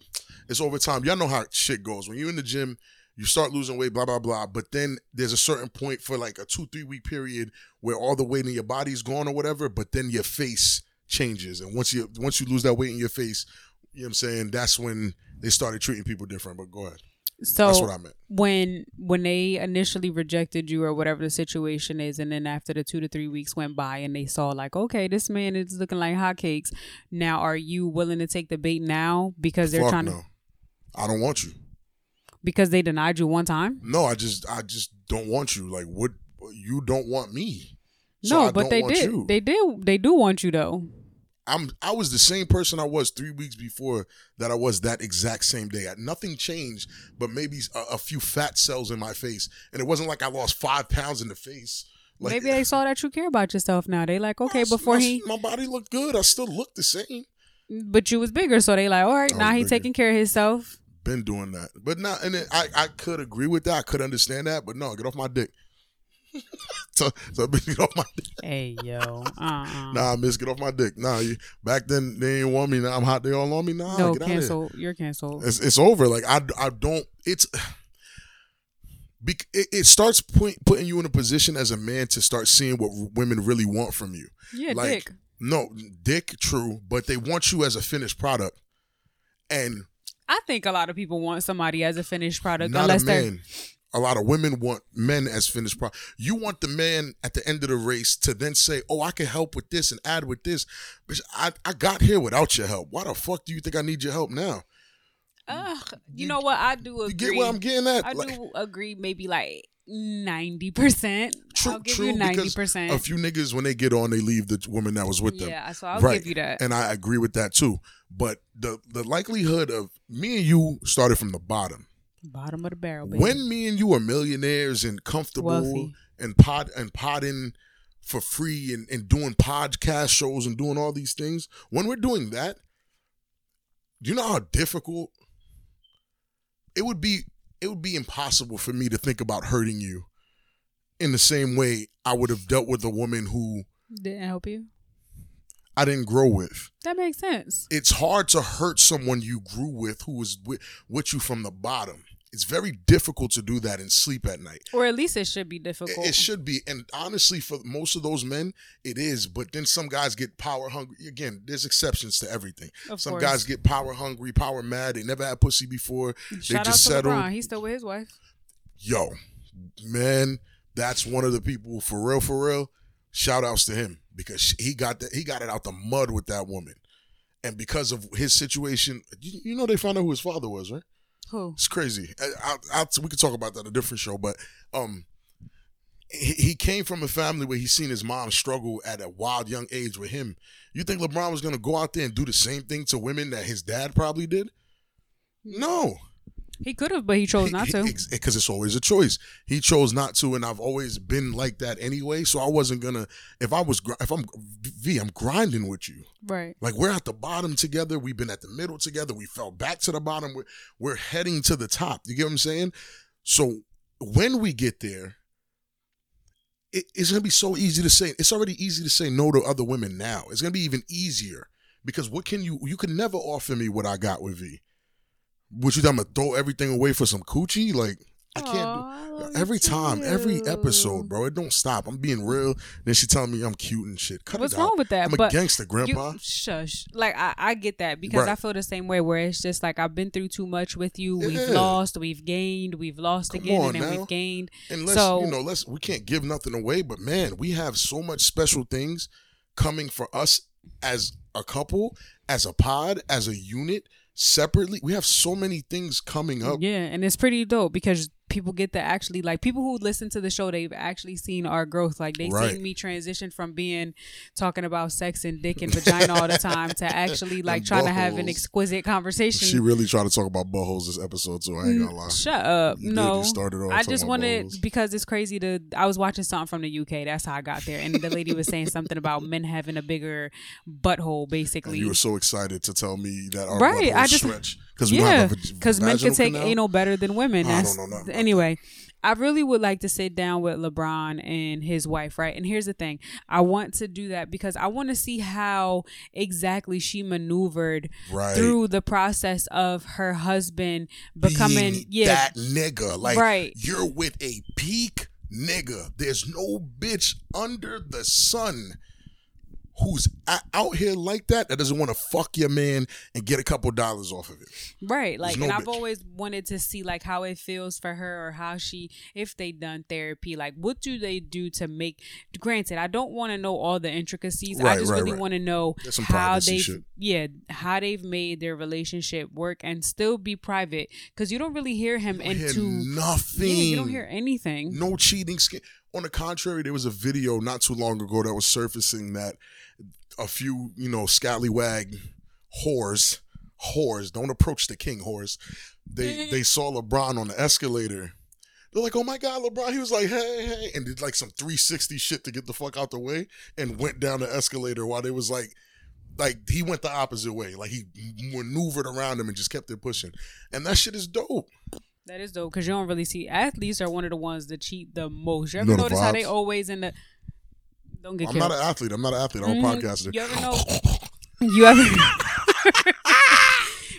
It's over time. Y'all know how shit goes. When you're in the gym, you start losing weight, blah blah blah. But then there's a certain point for like a two three week period where all the weight in your body's gone or whatever. But then your face changes, and once you once you lose that weight in your face, you know what I'm saying. That's when they started treating people different. But go ahead. So That's what I meant. when when they initially rejected you or whatever the situation is, and then after the two to three weeks went by and they saw like, okay, this man is looking like hotcakes. Now, are you willing to take the bait now because they're Fuck trying no. to? I don't want you. because they denied you one time? No, I just I just don't want you. Like what you don't want me. So No, I but don't they want did. you. They did. They do want you though. I'm I was the same person I was three weeks before that I was that exact same day. I, nothing changed, but maybe a, a few fat cells in my face. And it wasn't like I lost five pounds in the face. Like, Maybe they saw that you care about yourself now. They like, okay, I s- before my, he, my body looked good. I still look the same. but you was bigger, so they like, all right, I now was he bigger. taking care of himself. Been doing that, but not. And then I I could agree with that. I could understand that, but no, get off my dick. <laughs> so so <laughs> get off my dick. Hey yo, uh-uh. Nah, miss, get off my dick. Nah, you, back then they didn't want me. Now I'm hot. They all on me. Nah, no, get out of here. Uh, cancel. You're canceled. It's, it's over. Like I, I don't. It's <sighs> bec- it, it starts point, putting you in a position as a man to start seeing what women really want from you. Yeah, like- dick. No, dick, true, but they want you as a finished product, and I think a lot of people want somebody as a finished product, not unless a they're man. A lot of women want men as finished product. You want the man at the end of the race to then say, "Oh, I can help with this and add with this." Bitch, I, I got here without your help. Why the fuck do you think I need your help now? Ugh, you You- know what? I do agree. You get where I'm getting at? I Like- do agree. Maybe like ninety percent. True, I'll give true. you ninety because a percent. few niggas when they get on, they leave the woman that was with them. Yeah, so I'll Right. give you that. And I agree with that too. But the the likelihood of me and you started from the bottom. Bottom of the barrel. Baby. When me and you are millionaires and comfortable Wealthy. and pod and podding for free and, and doing podcast shows and doing all these things, when we're doing that, do you know how difficult it would be it would be impossible for me to think about hurting you in the same way I would have dealt with a woman who didn't help you. I didn't grow with. That makes sense. It's hard to hurt someone you grew with who was with, with you from the bottom. It's very difficult to do that and sleep at night. Or at least it should be It- difficult. It should be. And honestly, for most of those men, it is. But then some guys get power hungry. Again, there's exceptions to everything. Of some course. guys get power hungry, power mad. They never had pussy before. they Shout just out to settled. LeBron. He's still with his wife. Yo, man, that's one of the people for real, for real. Shout outs to him because he got that he got it out the mud with that woman. And because of his situation, you, you know they found out who his father was, right? Who? It's crazy. I, I, I, we could talk about that in a different show, but um, he, he came from a family where he seen his mom struggle at a wild young age with him. You think LeBron was gonna go out there and do the same thing to women that his dad probably did? No, He could have, but he chose not to. because it's always a choice. He chose not to, and I've always been like that anyway. So I wasn't gonna. If I was, gr- if I'm V, I'm grinding with you. right. Like we're at the bottom together. We've been at the middle together. We fell back to the bottom. We're, we're heading to the top. You get what I'm saying? So when we get there, it, it's gonna be so easy to say. It's already easy to say no to other women now. It's gonna be even easier because what can you? You can never offer me what I got with V. What you talking about? Throw everything away for some coochie? Like I can't. do Every time, every episode, bro, it don't stop. I'm being real. Then she telling me I'm cute and shit. Cut What's it out. wrong with that? I'm a but gangster, grandpa. You, shush. Like I, I get that because Right. I feel the same way. Where it's just like I've been through too much with you. We've Yeah. lost, we've gained, we've lost Come again, on and then now. we've gained. And let's So- you know, let's we can't give nothing away, but man, we have so much special things coming for us as a couple, as a pod, as a unit, separately. We have so many things coming up. Yeah, and it's pretty dope because people get to actually like people who listen to the show. They've actually seen our growth. Like they Right. seen me transition from being talking about sex and dick and vagina all the time to actually like <laughs> And trying to have an buttholes. exquisite conversation. She really tried to talk about buttholes this episode, so I ain't gonna lie. Shut up. You did. You no. started off I talking just about wanted balls. because it's crazy to I was watching something from the UK. That's how I got there. And the lady was saying something about men having a bigger butthole And basically. you were so excited to tell me that our Right, buttholes I just- stretch because we yeah, don't have a vag- because men can vaginal take canal. anal better than women. I don't That's- know nothing about that. anyway, I really would like to sit down with LeBron and his wife, right? And here's the thing I want to do that because I want to see how exactly she maneuvered Right. through the process of her husband becoming, being yeah, that nigga. Like Right. you're with a peak nigga. There's no bitch under the sun who's a- out here like that that doesn't want to fuck your man and get a couple dollars off of it. Right. Like, no and I've bitch. always wanted to see like how it feels for her or how she, if they done therapy, like what do they do to make. Granted, I don't want to know all the intricacies. Right, I just right, really right. want to know There's some how privacy they, shit. yeah, how they've made their relationship work and still be private because you don't really hear him You hear into. nothing. Yeah, you don't hear anything. no cheating skin. On the contrary, there was a video not too long ago that was surfacing that a few, you know, scallywag whores, whores, don't approach the king whores. They they saw LeBron on the escalator. They're like, oh my God, LeBron. He was like, hey, hey, and did like some 360 shit to get the fuck out the way and went down the escalator while they was like, like he went the opposite way. Like he maneuvered around him and just kept it pushing. And that shit is dope. That is dope because you don't really see athletes are one of the ones that cheat the most. You ever Know the notice how they vibes. always in the. Don't get I'm killed. not an athlete. I'm not an athlete. I'm a Mhm. podcaster. You ever know? You ever? <laughs>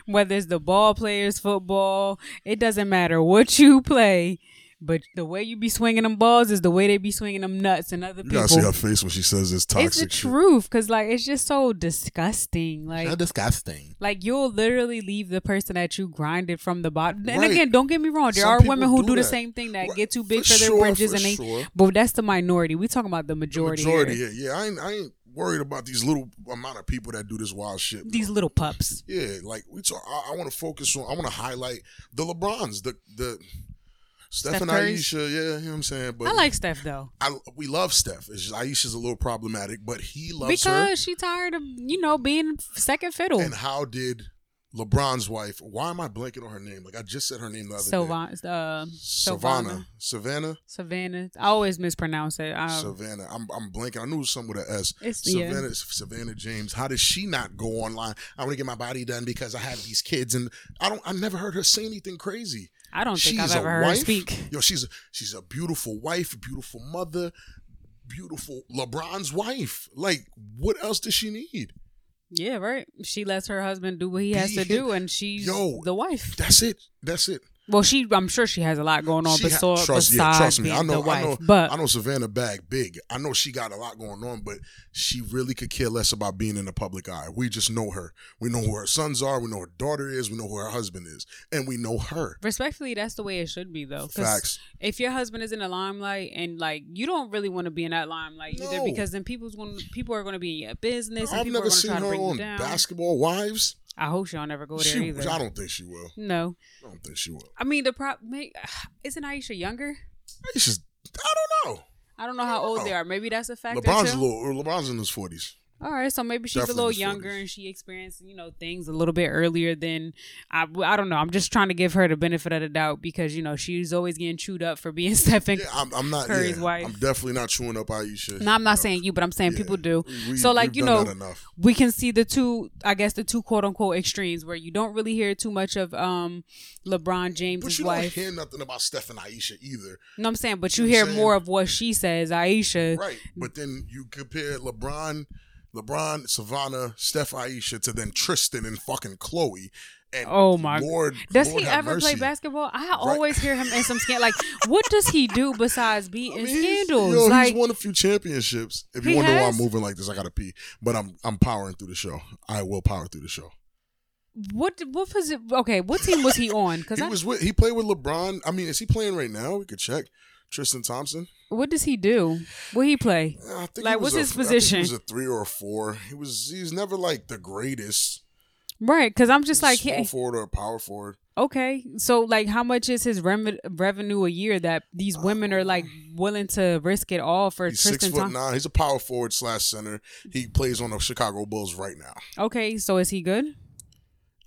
Whether it's the ball players, football, it doesn't matter what you play, but the way you be swinging them balls is the way they be swinging them nuts and other You people. gotta see her face when she says this toxic it's the shit. truth, cause like it's just so disgusting. Like disgusting. like you'll literally leave the person that you grinded from the bottom. And Right. again, don't get me wrong, there Some are women people who do do, the that. same thing that Right. get too big For for, their sure, bridges for and they. sure. But that's the minority. We talking about the majority. Majority, here. yeah, yeah. I ain't, I ain't worried about these little amount of people that do this wild shit. These little pups. Yeah, like we talk. I, I want to focus on. I want to highlight the LeBrons, the the Steph, Steph and Curry's. Aisha. Yeah, you know what I'm saying. But I like Steph though. I- we love Steph. It's just, Aisha's a little problematic, but he loves because oh. she tired of you know being second fiddle. her. And how did LeBron's wife? Why am I blanking on her name? Like I just said her name the other day. Sylvan, uh, Savannah. Savannah, Savannah. Savannah. I always mispronounce it. Um, Savannah. I'm, I'm blanking. I knew it was something with an S. It's- yeah. Savannah, Savannah James. How does she not go online? I want to get my body done because I have these kids, and I don't. I never heard her say anything crazy. I don't think She's I've a ever heard her wife. speak. Yo, she's a, she's a beautiful wife, beautiful mother, beautiful LeBron's wife. Like, what else does she need? Yeah, right. She lets her husband do what he has Be to him. do, and she's Yo. the wife. That's it. That's it. Well, she. I'm sure she has a lot going on She ha- beso- besides being I know, the wife. I know, but I know Savannah Bag big. I know she got a lot going on, but she really could care less about being in the public eye. We just know her. We know who her sons are. We know her daughter is. We know who her husband is, and we know her. respectfully, that's the way it should be, though. 'cause Facts. If your husband is in the limelight and like you don't really want to be in that limelight either, No. because then people's going to people are going to be in your business. And I've people never are going to seen try to her bring on you down. Basketball Wives. I hope she don't ever go there She, either. I don't think she will. no. I don't think she will. I mean, the prop may, <sighs> isn't Aisha younger? It's just I don't know. I don't know how old No. they are. Maybe that's a factor LeBron's a too. little. LeBron's in his forties. All right, so maybe she's Definitely a little in the 40s. younger and she experienced you know things a little bit earlier than I. I don't know. I'm just trying to give her the benefit of the doubt because you know she's always getting chewed up for being <laughs> Stephen. Yeah, I'm, I'm not. Curry's yeah, wife. I'm definitely not chewing up Aisha. No, I'm not No. saying you, but I'm saying Yeah. people do. We- so like we've you done know, that enough. we can see the two, I guess, the two quote unquote extremes where you don't really hear too much of um LeBron But James's you wife. don't hear nothing about Steph and Aisha either. no, I'm saying, but you know hear what I'm more of what she says, Aisha. Right. But then you compare LeBron, LeBron, Savannah, Steph Aisha to then Tristan and fucking Chloe. And Oh my- Lord, Does Lord he have ever play mercy. basketball? I always hear him in some scandal. Like, what does he do besides be <laughs> I in mean, he's- scandals? Yo, like, he's won a few championships. If you He wonder why I'm has? moving like this, I gotta pee. But I'm I'm powering through the show. I will power through the show. what what was it? Okay, what team was he on? Because <laughs> He was with he played with LeBron. I mean, is he playing right now? We could check. Tristan Thompson. what does he do? What he play? I think he Like, was what's a- his I think position? he was a three or a four. He was he's never like the greatest. Right? Because I'm just like, small hey, forward or a power forward. okay, so like, how much is his rem- revenue a year that these women are like willing to risk it all for He's six Tristan foot Thompson? nine. He's a power forward slash center. He plays on the Chicago Bulls right now. Okay, so is he good?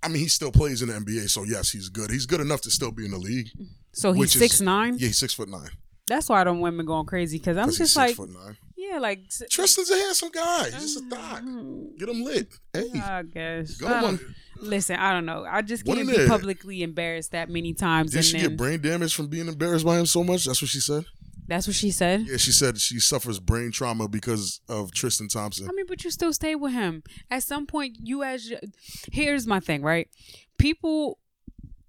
I mean, he still plays in the NBA, so yes, he's good. He's good enough to still be in the league. So he's Which is- six nine. Yeah, he's six foot nine. That's why them women going crazy. Because I'm 'cause just he's six like, foot nine. yeah, like, s- Tristan's a handsome guy. He's just a thot. Mm-hmm. Get him lit. Hey, I guess. go I on. don't- Listen, I don't know. I just What can't in be it? publicly embarrassed that many times. Did and she then get brain damage from being embarrassed by him so much? That's what she said. that's what she said. Yeah, she said she suffers brain trauma because of Tristan Thompson. I mean, but you still stay with him. At some point, you as your, here's my thing, right? People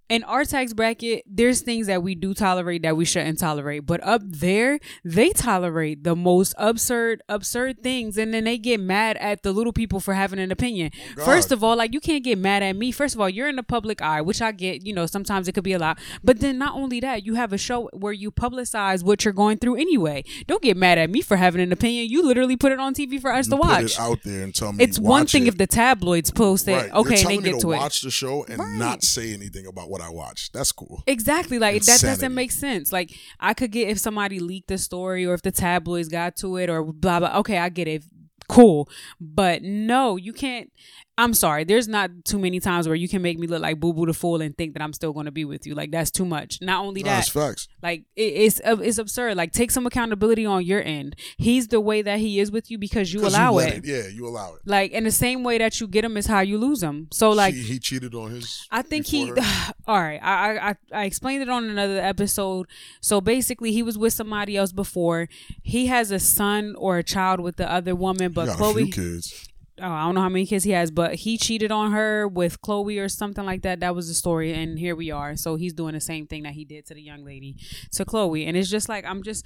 in our tax bracket, there's things that we do tolerate that we shouldn't tolerate. But up there, they tolerate the most absurd, absurd things. And then they get mad at the little people for having an opinion. God. First of all, like you can't get mad at me. First of all, you're in the public eye, which I get, you know, sometimes it could be a lot. But then not only that, you have a show where you publicize what you're going through anyway. Don't get mad at me for having an opinion. You literally put it on TV for us to You put watch. it out there and tell me. It's one watch thing it. if the tabloids post it. Right. Okay, You're and telling they me get to, to, it. watch the show and Right. not say anything about what I watched. That's cool. Exactly. Like that Insanity. doesn't make sense. Like I could get if somebody leaked the story or if the tabloids got to it or blah blah. Okay, I get it. Cool. But no, you can't I'm sorry. There's not too many times where you can make me look like boo boo the fool and think that I'm still going to be with you. Like that's too much. Not only Nah, that, it's facts. like it, it's uh, it's absurd. Like take some accountability on your end. He's the way that he is with you because you 'Cause allow let it. Yeah, you allow it. Like in the same way that you get him is how you lose him. So like She- he cheated on his. I think he. <laughs> before her. <sighs> all right, I, I- I I explained it on another episode. So basically, he was with somebody else before. He has a son or a child with the other woman, He but got a Chloe. few kids. Oh, I don't know how many kids he has, but he cheated on her with Chloe or something like that. That was the story, and here we are. So he's doing the same thing that he did to the young lady, to Chloe, and it's just like I'm just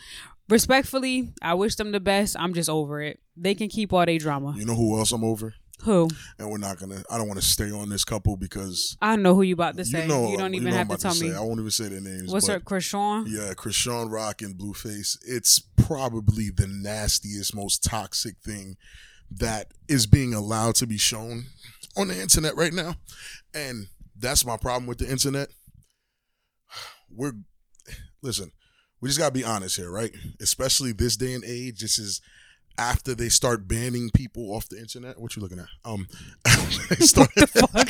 respectfully. I wish them the best. I'm just over it. They can keep all their drama. You know who else I'm over? Who And we're not gonna. I don't want to stay on this couple because I know who you about to say. you You, know don't you even know have I'm to about tell say. me. I won't even say their names. What's but- her Krishan? Yeah, Krishan Rock and Blueface. It's probably the nastiest, most toxic thing that is being allowed to be shown on the internet right now. And that's my problem with the internet. <sighs> We're listen, we just gotta be honest here, right? Especially this day and age. This is after they start banning people off the internet. What you looking at? Um <laughs> they <laughs> start, fuck?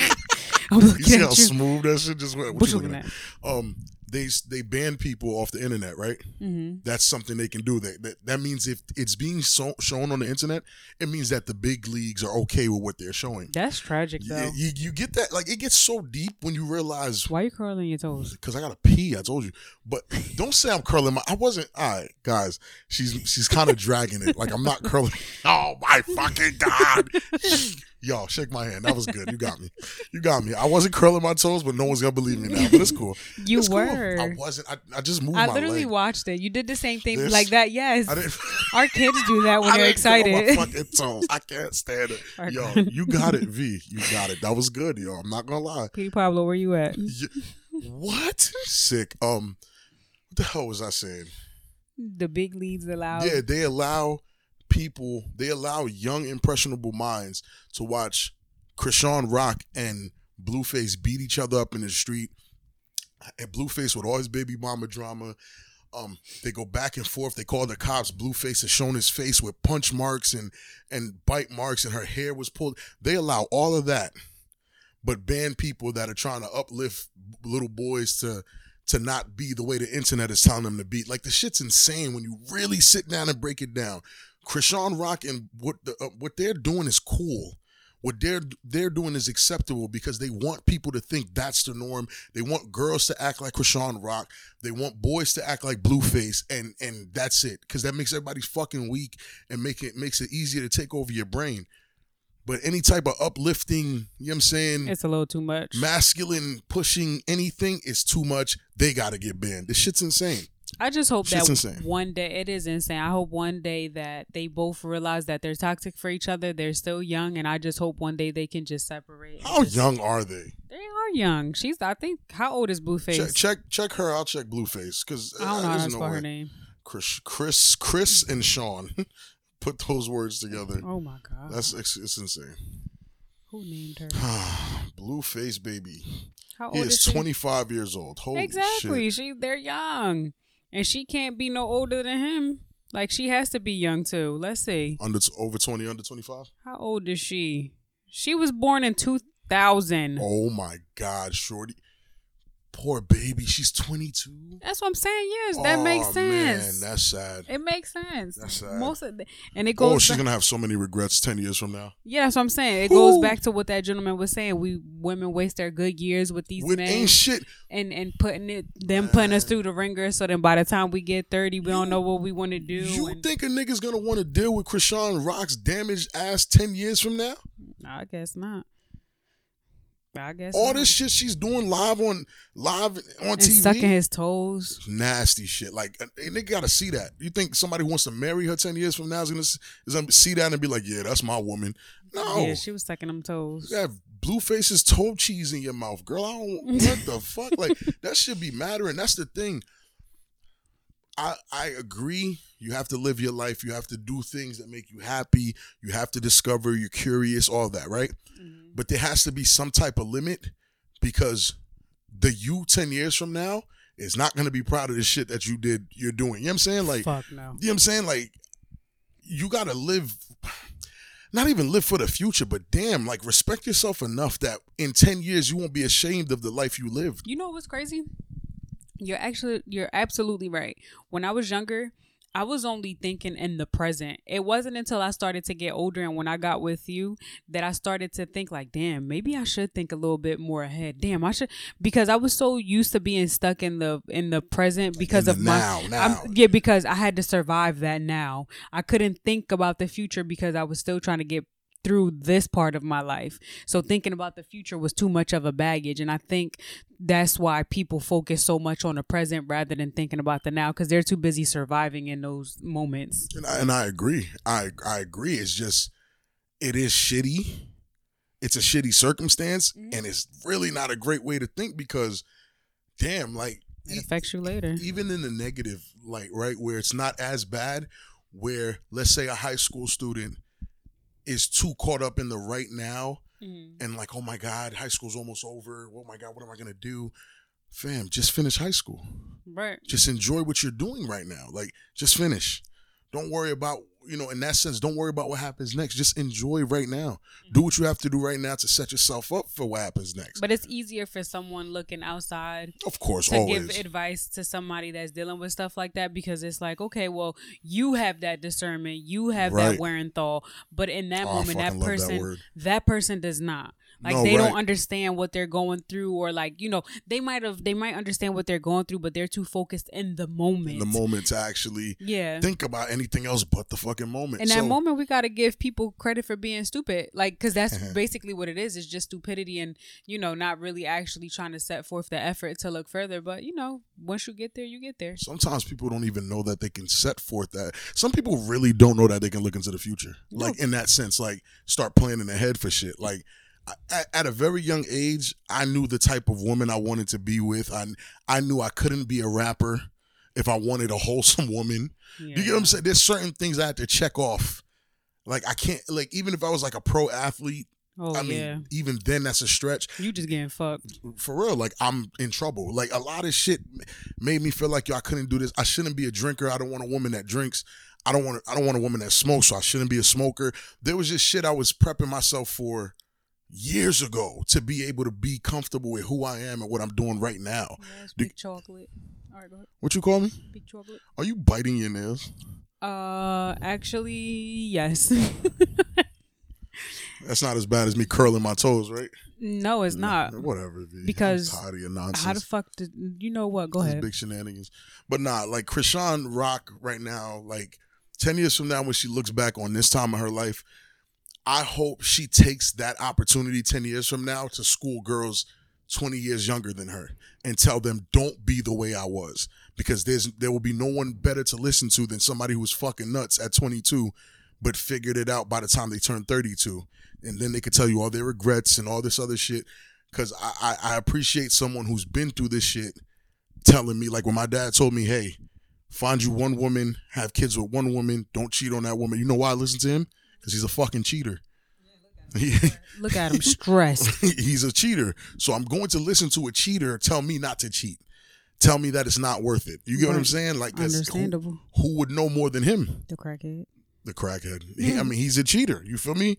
I'm you see looking how at you. smooth that shit just went. What, What you looking at? Um they they ban people off the internet, right? Mm-hmm. that's something they can do. That that, that means if it's being so, shown on the internet, it means that the big leagues are okay with what they're showing. That's tragic, though. Yeah, you, you get that? Like it gets so deep when you realize Why you curling your toes? because I gotta pee. I told you, but don't say I'm curling my. I wasn't. All right, guys. She's she's kind of dragging it. Like I'm not curling. <laughs> Oh my fucking god! <laughs> Y'all shake my hand. That was good. You got me. You got me. I wasn't curling my toes, but no one's gonna believe me now. But it's cool. You It's cool. were. I wasn't. I, I just moved I Oh, my literally leg. watched it. You did the same thing This- like that. Yes. I didn't. <laughs> Our kids do that when I they're didn't feel My excited. <laughs> fucking toes. I can't stand it. Our Yo, God. you got it, <laughs> V. You got it. That was good, yo. I'm not gonna lie. P. Pablo, where you at? Y- <laughs> what? Sick. Um, what the hell was I saying? The big leads allowed. Yeah, they allow people. They allow young, impressionable minds to watch Krishan Rock and Blueface beat each other up in the street. And Blueface with all his baby mama drama. Um, they go back and forth. They call the cops. Blueface has shown his face with punch marks and and bite marks, and her hair was pulled. They allow all of that, but ban people that are trying to uplift little boys to to not be the way the internet is telling them to be. Like the shit's insane when you really sit down and break it down. Krishan Rock and what the, uh, what they're doing is cool. What they're they're doing is acceptable because they want people to think that's the norm. They want girls to act like Krishan Rock. They want boys to act like Blueface, and and that's it. Because that makes everybody fucking weak and make it makes it easier to take over your brain. But any type of uplifting, you know what I'm saying? It's a little too much. masculine pushing anything is too much. They gotta get banned. This shit's insane. I just hope Shit's that insane. one day it is insane. I hope one day that they both realize that they're toxic for each other. They're still young, and I just hope one day they can just separate. and How just- young are they? They are young. She's, I think, how old is Blueface? Check, check check her. I'll check Blueface because I don't know how to there's no spell her way. name. Chris Chris Chris and Sean <laughs> put those words together. Oh my god. That's it's, it's insane. <sighs> Who named her? Blueface baby. How old He is is she? 25 years old. Holy Exactly. shit. She they're young. And she can't be no older than him. Like she has to be young too. Let's see. Under t- over 20, under 25. How old is she? She was born in 2000. Oh my god, shorty. Poor baby. She's 22. That's what I'm saying. Yes, that makes Aw, sense. Man, that's sad. it makes sense. That's sad. Most of the, and it Oh, goes she's back- gonna have so many regrets 10 years from now. Yeah, that's what I'm saying. It Who? goes back to what that gentleman was saying. We women waste their good years with these With men. ain't shit. and and putting it them putting us through the ringer so then by the time we get 30 we don't know what we want to do You and, think a nigga's gonna want to deal with Krishan Rock's damaged ass 10 years from now? No, i guess not I guess All not. this shit she's doing live on live on and TV. sucking his toes. nasty shit. Like, and and they gotta see that. You think somebody who wants to marry her ten years from now is gonna, s- is gonna see that and be like, "Yeah, that's my woman." No, Yeah, she was sucking them toes. you have blue faces toe cheese in your mouth, girl. I don't. What the fuck? Like that should be mattering. That's the thing. I I agree. You have to live your life. You have to do things that make you happy. You have to discover. You're curious. All that, right? Mhm. But there has to be some type of limit because the you ten years from now is not going to be proud of the shit that you did. You're doing. You know what I'm saying? Like Fuck no. you know what I'm saying? Like, you gotta live, not even live for the future, but damn, like, respect yourself enough that in 10 years you won't be ashamed of the life you lived. You know what's crazy? You're actually you're absolutely right. When I was younger, I was only thinking in the present. It wasn't until I started to get older and when I got with you that I started to think like, damn, maybe I should think a little bit more ahead. Damn, I should because I was so used to being stuck in the in the present because the of my now, now. I'm- yeah, because I had to survive that now. I couldn't think about the future because I was still trying to get through this part of my life. So thinking about the future was too much of a baggage. And I think that's why people focus so much on the present rather than thinking about the now because they're too busy surviving in those moments. And I, and I agree. I, I agree. It's just, it is shitty. It's a shitty circumstance, Mhm. and it's really not a great way to think because, damn, like, It e- affects you later. even in the negative like right where it's not as bad where let's say a high school student is too caught up in the right now Mm-hmm. and like oh my god high school's almost over oh my god what am i gonna do fam just finish high school Right. just enjoy what you're doing right now like just finish don't worry about you know in that sense don't worry about what happens next just enjoy right now do what you have to do right now to set yourself up for what happens next Mm-hmm. But it's easier for someone looking outside of course to always give advice to somebody that's dealing with stuff like that because it's like, okay, well, you have that discernment, you have Right. that Werenthal, but in that Oh, I moment, that fucking love that person, word. that, person does not. Like No, they don't right. understand what they're going through, or like you know, they might have, they might understand what they're going through, but they're too focused in the moment. in the moment to actually yeah. think about anything else but the fucking moment. in so, that moment, we gotta give people credit for being stupid, like, cause <laughs> that's basically what it is. It's just stupidity, and you know, not really actually trying to set forth the effort to look further. But you know, once you get there, you get there. sometimes people don't even know that they can set forth that. Some people really don't know that they can look into the future. Like in that sense, like start planning ahead for shit. Like I- at, at a very young age, I knew the type of woman I wanted to be with. I I knew I couldn't be a rapper if I wanted a <laughs> wholesome woman. You get what I'm Yeah. saying? There's certain things I had to check off. Like I can't like even if I was like a pro athlete, Oh I mean yeah, even then that's a stretch. you just getting fucked. for real, like I'm in trouble. Like a lot of shit made me feel like yo, I couldn't do this. I shouldn't be a drinker. I don't want a woman that drinks. I don't want. I don't want a woman that smokes. So I shouldn't be a smoker. There was just shit I was prepping myself for years ago to be able to be comfortable with who I am and what I'm doing right now. Do- big chocolate. All right, go ahead. What you call me? Big chocolate. Are you biting your nails? Uh, actually, yes. <laughs> That's not as bad as me curling my toes, right? no, it's not. Whatever. B. I'm because tired of your nonsense. How the fuck did you know what? Go These ahead. big shenanigans. But nah, like Krishan Rock right now, like 10 years from now, when she looks back on this time of her life, I hope she takes that opportunity 10 years from now to school girls 20 years younger than her and tell them, don't be the way I was. Because there's there will be no one better to listen to than somebody who's fucking nuts at 22, but figured it out by the time they turn 32. And then they could tell you all their regrets and all this other shit. Cause I, I, I appreciate someone who's been through this shit telling me like when my dad told me hey find you one woman have kids with one woman don't cheat on that woman you know why i listen to him because he's a fucking cheater <laughs> Look at him stressed. he's a cheater so i'm going to listen to a cheater tell me not to cheat tell me that it's not worth it you get what i'm Right. saying like <laughs> that's who, Understandable. who would know more than him The crackhead. the crackhead He- i mean he's a cheater you feel me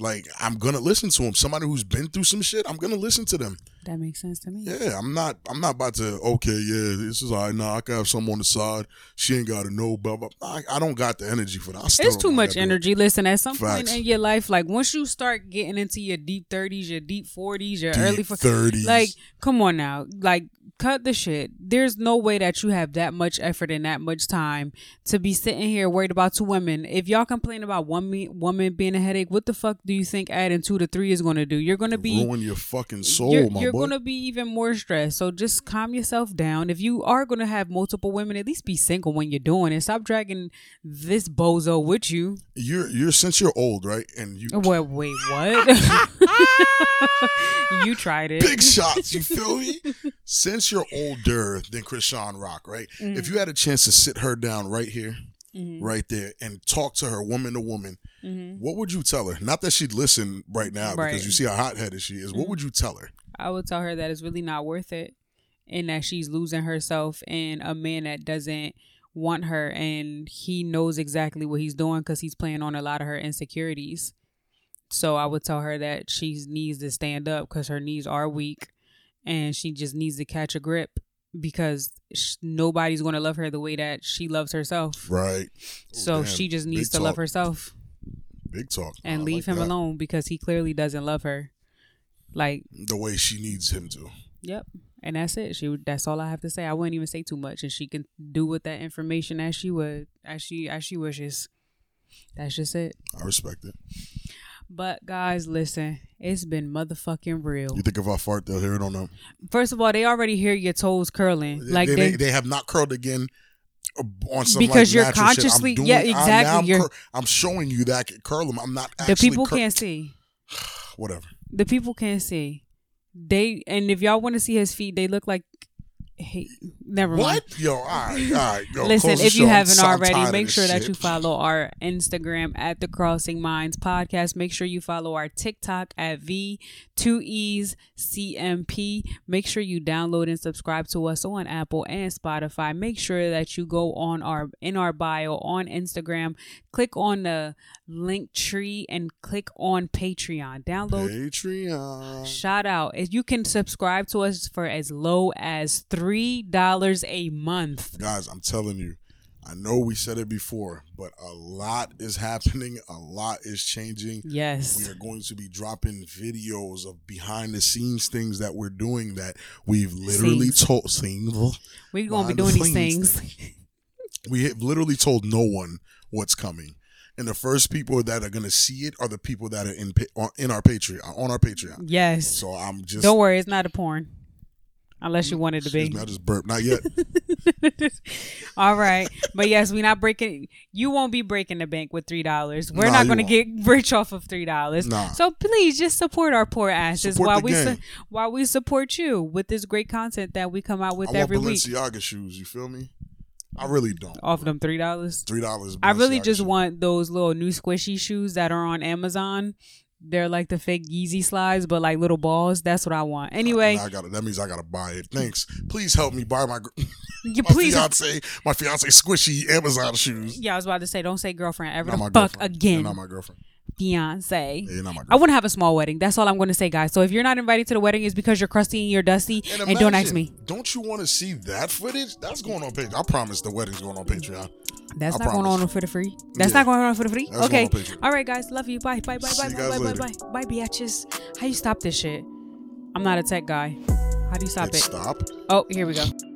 like i'm gonna listen to him somebody who's been through some shit i'm gonna listen to them That makes sense to me. yeah, I'm not. I'm not about to. Okay, yeah, this is all right. Nah, I can have some on the side. She ain't got to know. Blah blah. I, I don't got the energy for that. I still It's don't too know much how to do it. energy. Listen, at some Facts. point in your life, like once you start getting into your deep thirties, your deep forties, your Deep early fo- 30s. like come on now, like cut the shit. There's no way that you have that much effort and that much time to be sitting here worried about two women. If y'all complain about one me- woman being a headache, what the fuck do you think adding two to three is going to do? You're going to be ruin your fucking soul, you're, my you're boy. gonna be even more stressed. So just calm yourself down. If you are gonna have multiple women, at least be single when you're doing it. Stop dragging this bozo with you. You're you're since you're old, right? And you What? Wait, what? <laughs> you tried it. big shots. You feel me? Since you're older than Krishan Rock, <laughs> right? Mm. If you had a chance to sit her down right here, Mm-hmm, right there, and talk to her woman to woman, what would you tell her? Not that she'd listen right now Right. Mm. because you see how hot headed she is. What would you tell her? I would tell her that it's really not worth it, and that she's losing herself and a man that doesn't want her, and he knows exactly what he's doing because he's playing on a lot of her insecurities. So I would tell her that she needs to stand up because her knees are weak, and she just needs to catch a grip because sh- nobody's going to love her the way that she loves herself. Right. So Damn, she just big needs to love talk. herself Big talk. and I like leave him that. alone because he clearly doesn't love her. Like The way she needs him to. Yep. And that's it. She would- that's all I have to say. I wouldn't even say too much and she can do with that information as she would as she as she wishes. That's just it. I respect it. But guys, listen, it's been motherfucking real. You think if I fart, they'll hear it on them. First of all, they already hear your toes curling. Like they, they, they, they have not curled again uh, on some Because like, you're natural shit. I'm consciously- doing- yeah, I'm- now exactly, I'm, you're- cur- I'm showing you that I can curl them. I'm not the actually people cur- can't see. whatever. The people can't see. They and if y'all want to see his feet, they look like hey, never mind. What? Yo, all right, all right. <laughs> Yo, Listen, close the if show. you I'm haven't so- I'm tired already, of make this sure that shit. you follow our Instagram at the Crossing Minds Podcast. Make sure you follow our TikTok at V2E's CMP. Make sure you download and subscribe to us on Apple and Spotify. Make sure that you go on our in our bio on Instagram, click on the link tree and click on Patreon. Download Patreon. Shout out. If You can subscribe to us for as low as $3 a month. Guys, I'm telling you, I know we said it before, but a lot is happening. A lot is changing. We Yes. are going to be dropping videos of behind the scenes things that we're doing that we've literally Scenes. told scenes. We're going to be behind doing the these scenes things. we have literally told no one what's coming and the first people that are going to see it are the people that are in pa- on, in our patreon on our patreon <laughs> Yes. so i'm just Don't worry, it's not a porn. Unless you wanted to excuse be. me, i just burped <laughs> not yet All right. But yes, we're not breaking you won't be breaking the bank with three dollars. We're not Nah, you gonna won't. get rich off of three dollars. Nah. So please just support our poor asses Support while the we su- game. while we support you with this great content that we come out with i want every week. balenciaga shoes you feel me i really don't Off them three dollars. three dollars I really Balenciaga just shoes. want those little new squishy shoes that are on Amazon. They're like the fake Yeezy slides, but like little balls. That's what I want. Anyway, Now I gotta, that means I gotta buy it. Thanks. Please help me buy my, gr- you my please fiance my fiance squishy Amazon shoes. Yeah, I was about to say, don't say girlfriend ever Not the my fuck girlfriend. again, Not my girlfriend. fiance. Yeah, not my I girlfriend. want to have a small wedding. That's all I'm going to say, guys. So if you're not invited to the wedding, it's because you're crusty and you're dusty, and, don't ask imagine, me. Don't you want to see that footage? That's going on Patreon. I promise the wedding's going on Patreon. That's I not going promise. on for the free. That's Yeah. not going on for the free. That's okay. going on Patreon. All right, guys. Love you. Bye. Bye. Bye. See Bye. you Bye. Bye. guys Bye. later. Bye. Bye. Biatches. How you stop this shit? I'm not a tech guy. How do you stop Hit it? Stop. Oh, here we go.